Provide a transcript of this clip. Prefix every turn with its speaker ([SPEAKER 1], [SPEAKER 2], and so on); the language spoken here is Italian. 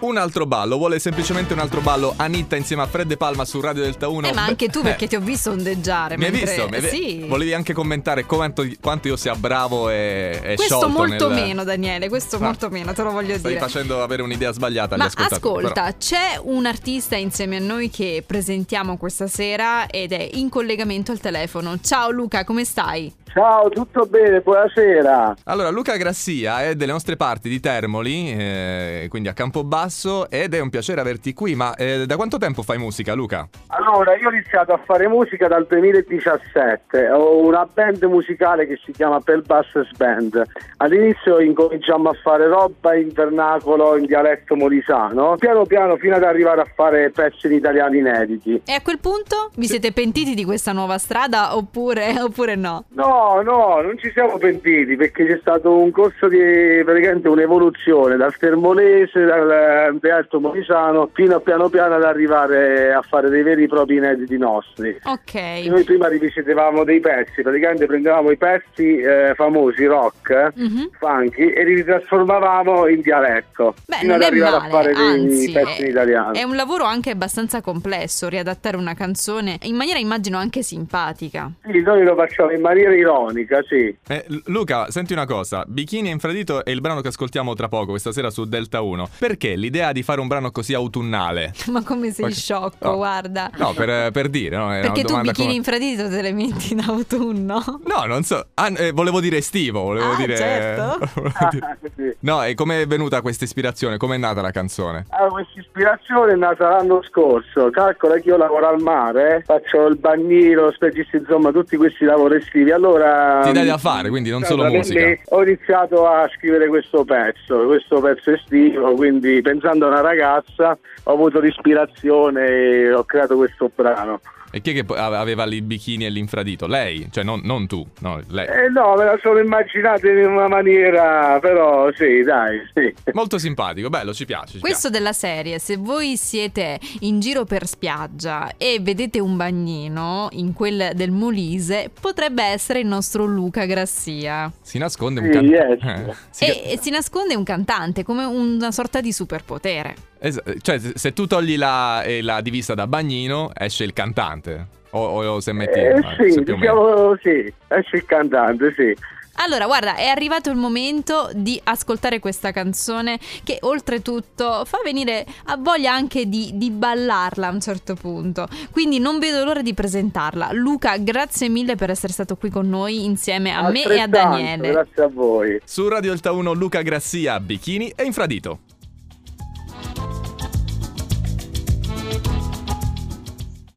[SPEAKER 1] un altro ballo, vuole semplicemente un altro ballo Anitta insieme a Fred De Palma su Radio Delta 1.
[SPEAKER 2] Eh, ma anche tu
[SPEAKER 1] Eh,
[SPEAKER 2] perché ti ho visto ondeggiare.
[SPEAKER 1] Mi hai
[SPEAKER 2] mentre-
[SPEAKER 1] visto? Mi hai-
[SPEAKER 2] Sì.
[SPEAKER 1] Volevi anche commentare quanto, quanto io sia bravo e, e
[SPEAKER 2] questo
[SPEAKER 1] sciolto
[SPEAKER 2] molto
[SPEAKER 1] nel-
[SPEAKER 2] meno, Daniele, questo
[SPEAKER 1] Ma-
[SPEAKER 2] molto meno, te lo voglio
[SPEAKER 1] Stai
[SPEAKER 2] dire.
[SPEAKER 1] facendo avere un'idea sbagliata agli
[SPEAKER 2] Ma
[SPEAKER 1] ascoltatori,
[SPEAKER 2] ascolta,
[SPEAKER 1] però.
[SPEAKER 2] c'è un artista insieme a noi che presentiamo questa sera ed è in collegamento al telefono. Ciao Luca, come stai?
[SPEAKER 3] Ciao, tutto bene, buonasera.
[SPEAKER 1] Allora, Luca Grassia è delle nostre parti di Termoli, eh, quindi a Campobasso, ed è un piacere averti qui. Ma eh, da quanto tempo fai musica, Luca?
[SPEAKER 3] Allora, io ho iniziato a fare musica dal 2017, ho una band musicale che si chiama Bell Busters Band. All'inizio incominciamo a fare roba in vernacolo, in dialetto molisano, piano piano fino ad arrivare a fare pezzi in italiano inediti.
[SPEAKER 2] E a quel punto vi siete pentiti di questa nuova strada oppure, oppure no?
[SPEAKER 3] No, no, non ci siamo pentiti perché c'è stato un corso di praticamente un'evoluzione dal termolese, dal eh, dialetto molisano, fino a piano piano ad arrivare a fare dei veri e propri inediti nostri.
[SPEAKER 2] Ok.
[SPEAKER 3] Noi prima rivisitavamo dei pezzi, praticamente prendevamo i pezzi eh, famosi rock, eh,
[SPEAKER 2] Mhm.
[SPEAKER 3] funky e li trasformavamo in dialetto
[SPEAKER 2] Beh,
[SPEAKER 3] fino
[SPEAKER 2] non
[SPEAKER 3] ad
[SPEAKER 2] è
[SPEAKER 3] arrivare
[SPEAKER 2] male,
[SPEAKER 3] a fare dei
[SPEAKER 2] anzi,
[SPEAKER 3] pezzi in italiano.
[SPEAKER 2] È un lavoro anche abbastanza complesso, riadattare una canzone in maniera immagino anche simpatica.
[SPEAKER 3] Sì, noi lo facciamo in maniera ironica, sì.
[SPEAKER 1] Eh, L- Luca, senti una cosa, Bikini e Infradito è il brano che ascoltiamo tra poco, questa sera su Delta 1. Perché l'idea di fare un brano così autunnale?
[SPEAKER 2] Ma come sei
[SPEAKER 1] Ok.
[SPEAKER 2] sciocco,
[SPEAKER 1] No.
[SPEAKER 2] guarda.
[SPEAKER 1] No, per, per dire, no? È una
[SPEAKER 2] Perché tu
[SPEAKER 1] domanda
[SPEAKER 2] bikini
[SPEAKER 1] come-
[SPEAKER 2] infradito te le metti in autunno?
[SPEAKER 1] No, non so, Ah, eh, volevo dire estivo, volevo
[SPEAKER 2] Ah,
[SPEAKER 1] dire...
[SPEAKER 2] certo.
[SPEAKER 1] volevo dire-
[SPEAKER 3] Sì.
[SPEAKER 1] No, e com'è venuta questa ispirazione? Com'è nata la canzone?
[SPEAKER 3] Allora, Ah, questa ispirazione è nata l'anno scorso, calcola che io lavoro al mare, eh, faccio il bagnino, specisti, insomma tutti questi lavori estivi, allora...
[SPEAKER 1] Ti dai da fare, quindi non solo
[SPEAKER 3] Allora,
[SPEAKER 1] musica.
[SPEAKER 3] quindi Ho iniziato a scrivere questo pezzo, questo pezzo estivo, quindi pensando a una ragazza ho avuto l'ispirazione e ho creato questo brano.
[SPEAKER 1] E chi è che po- ave- aveva i bikini e l'infradito? Lei, cioè non, non tu, no, lei.
[SPEAKER 3] Eh no, me la sono immaginata in una maniera, però sì, dai, sì.
[SPEAKER 1] Molto simpatico, bello, ci piace. ci
[SPEAKER 2] Questo della serie, se voi siete in giro per spiaggia e vedete un bagnino in quel del Molise, potrebbe essere il nostro Luca Grassia.
[SPEAKER 1] piace. Si nasconde un Eh,
[SPEAKER 3] Sì,
[SPEAKER 1] cantante.
[SPEAKER 3] yes.
[SPEAKER 2] e, e si nasconde un cantante, come una sorta di superpotere.
[SPEAKER 1] cioè, se- se tu togli la, eh, la divisa da bagnino, esce il cantante. O, o se metti...
[SPEAKER 3] Eh,
[SPEAKER 1] eh, se
[SPEAKER 3] sì,
[SPEAKER 1] più o meno.
[SPEAKER 3] diciamo sì, esce il cantante, sì.
[SPEAKER 2] Allora, guarda, è arrivato il momento di ascoltare questa canzone che oltretutto fa venire a voglia anche di, di ballarla a un certo punto. Quindi non vedo l'ora di presentarla. Luca, grazie mille per essere stato qui con noi insieme a me e a
[SPEAKER 3] Altrettanto,
[SPEAKER 2] Daniele.
[SPEAKER 3] Grazie a voi.
[SPEAKER 1] Su Radio Delta 1 Luca Grassia, bikini e infradito.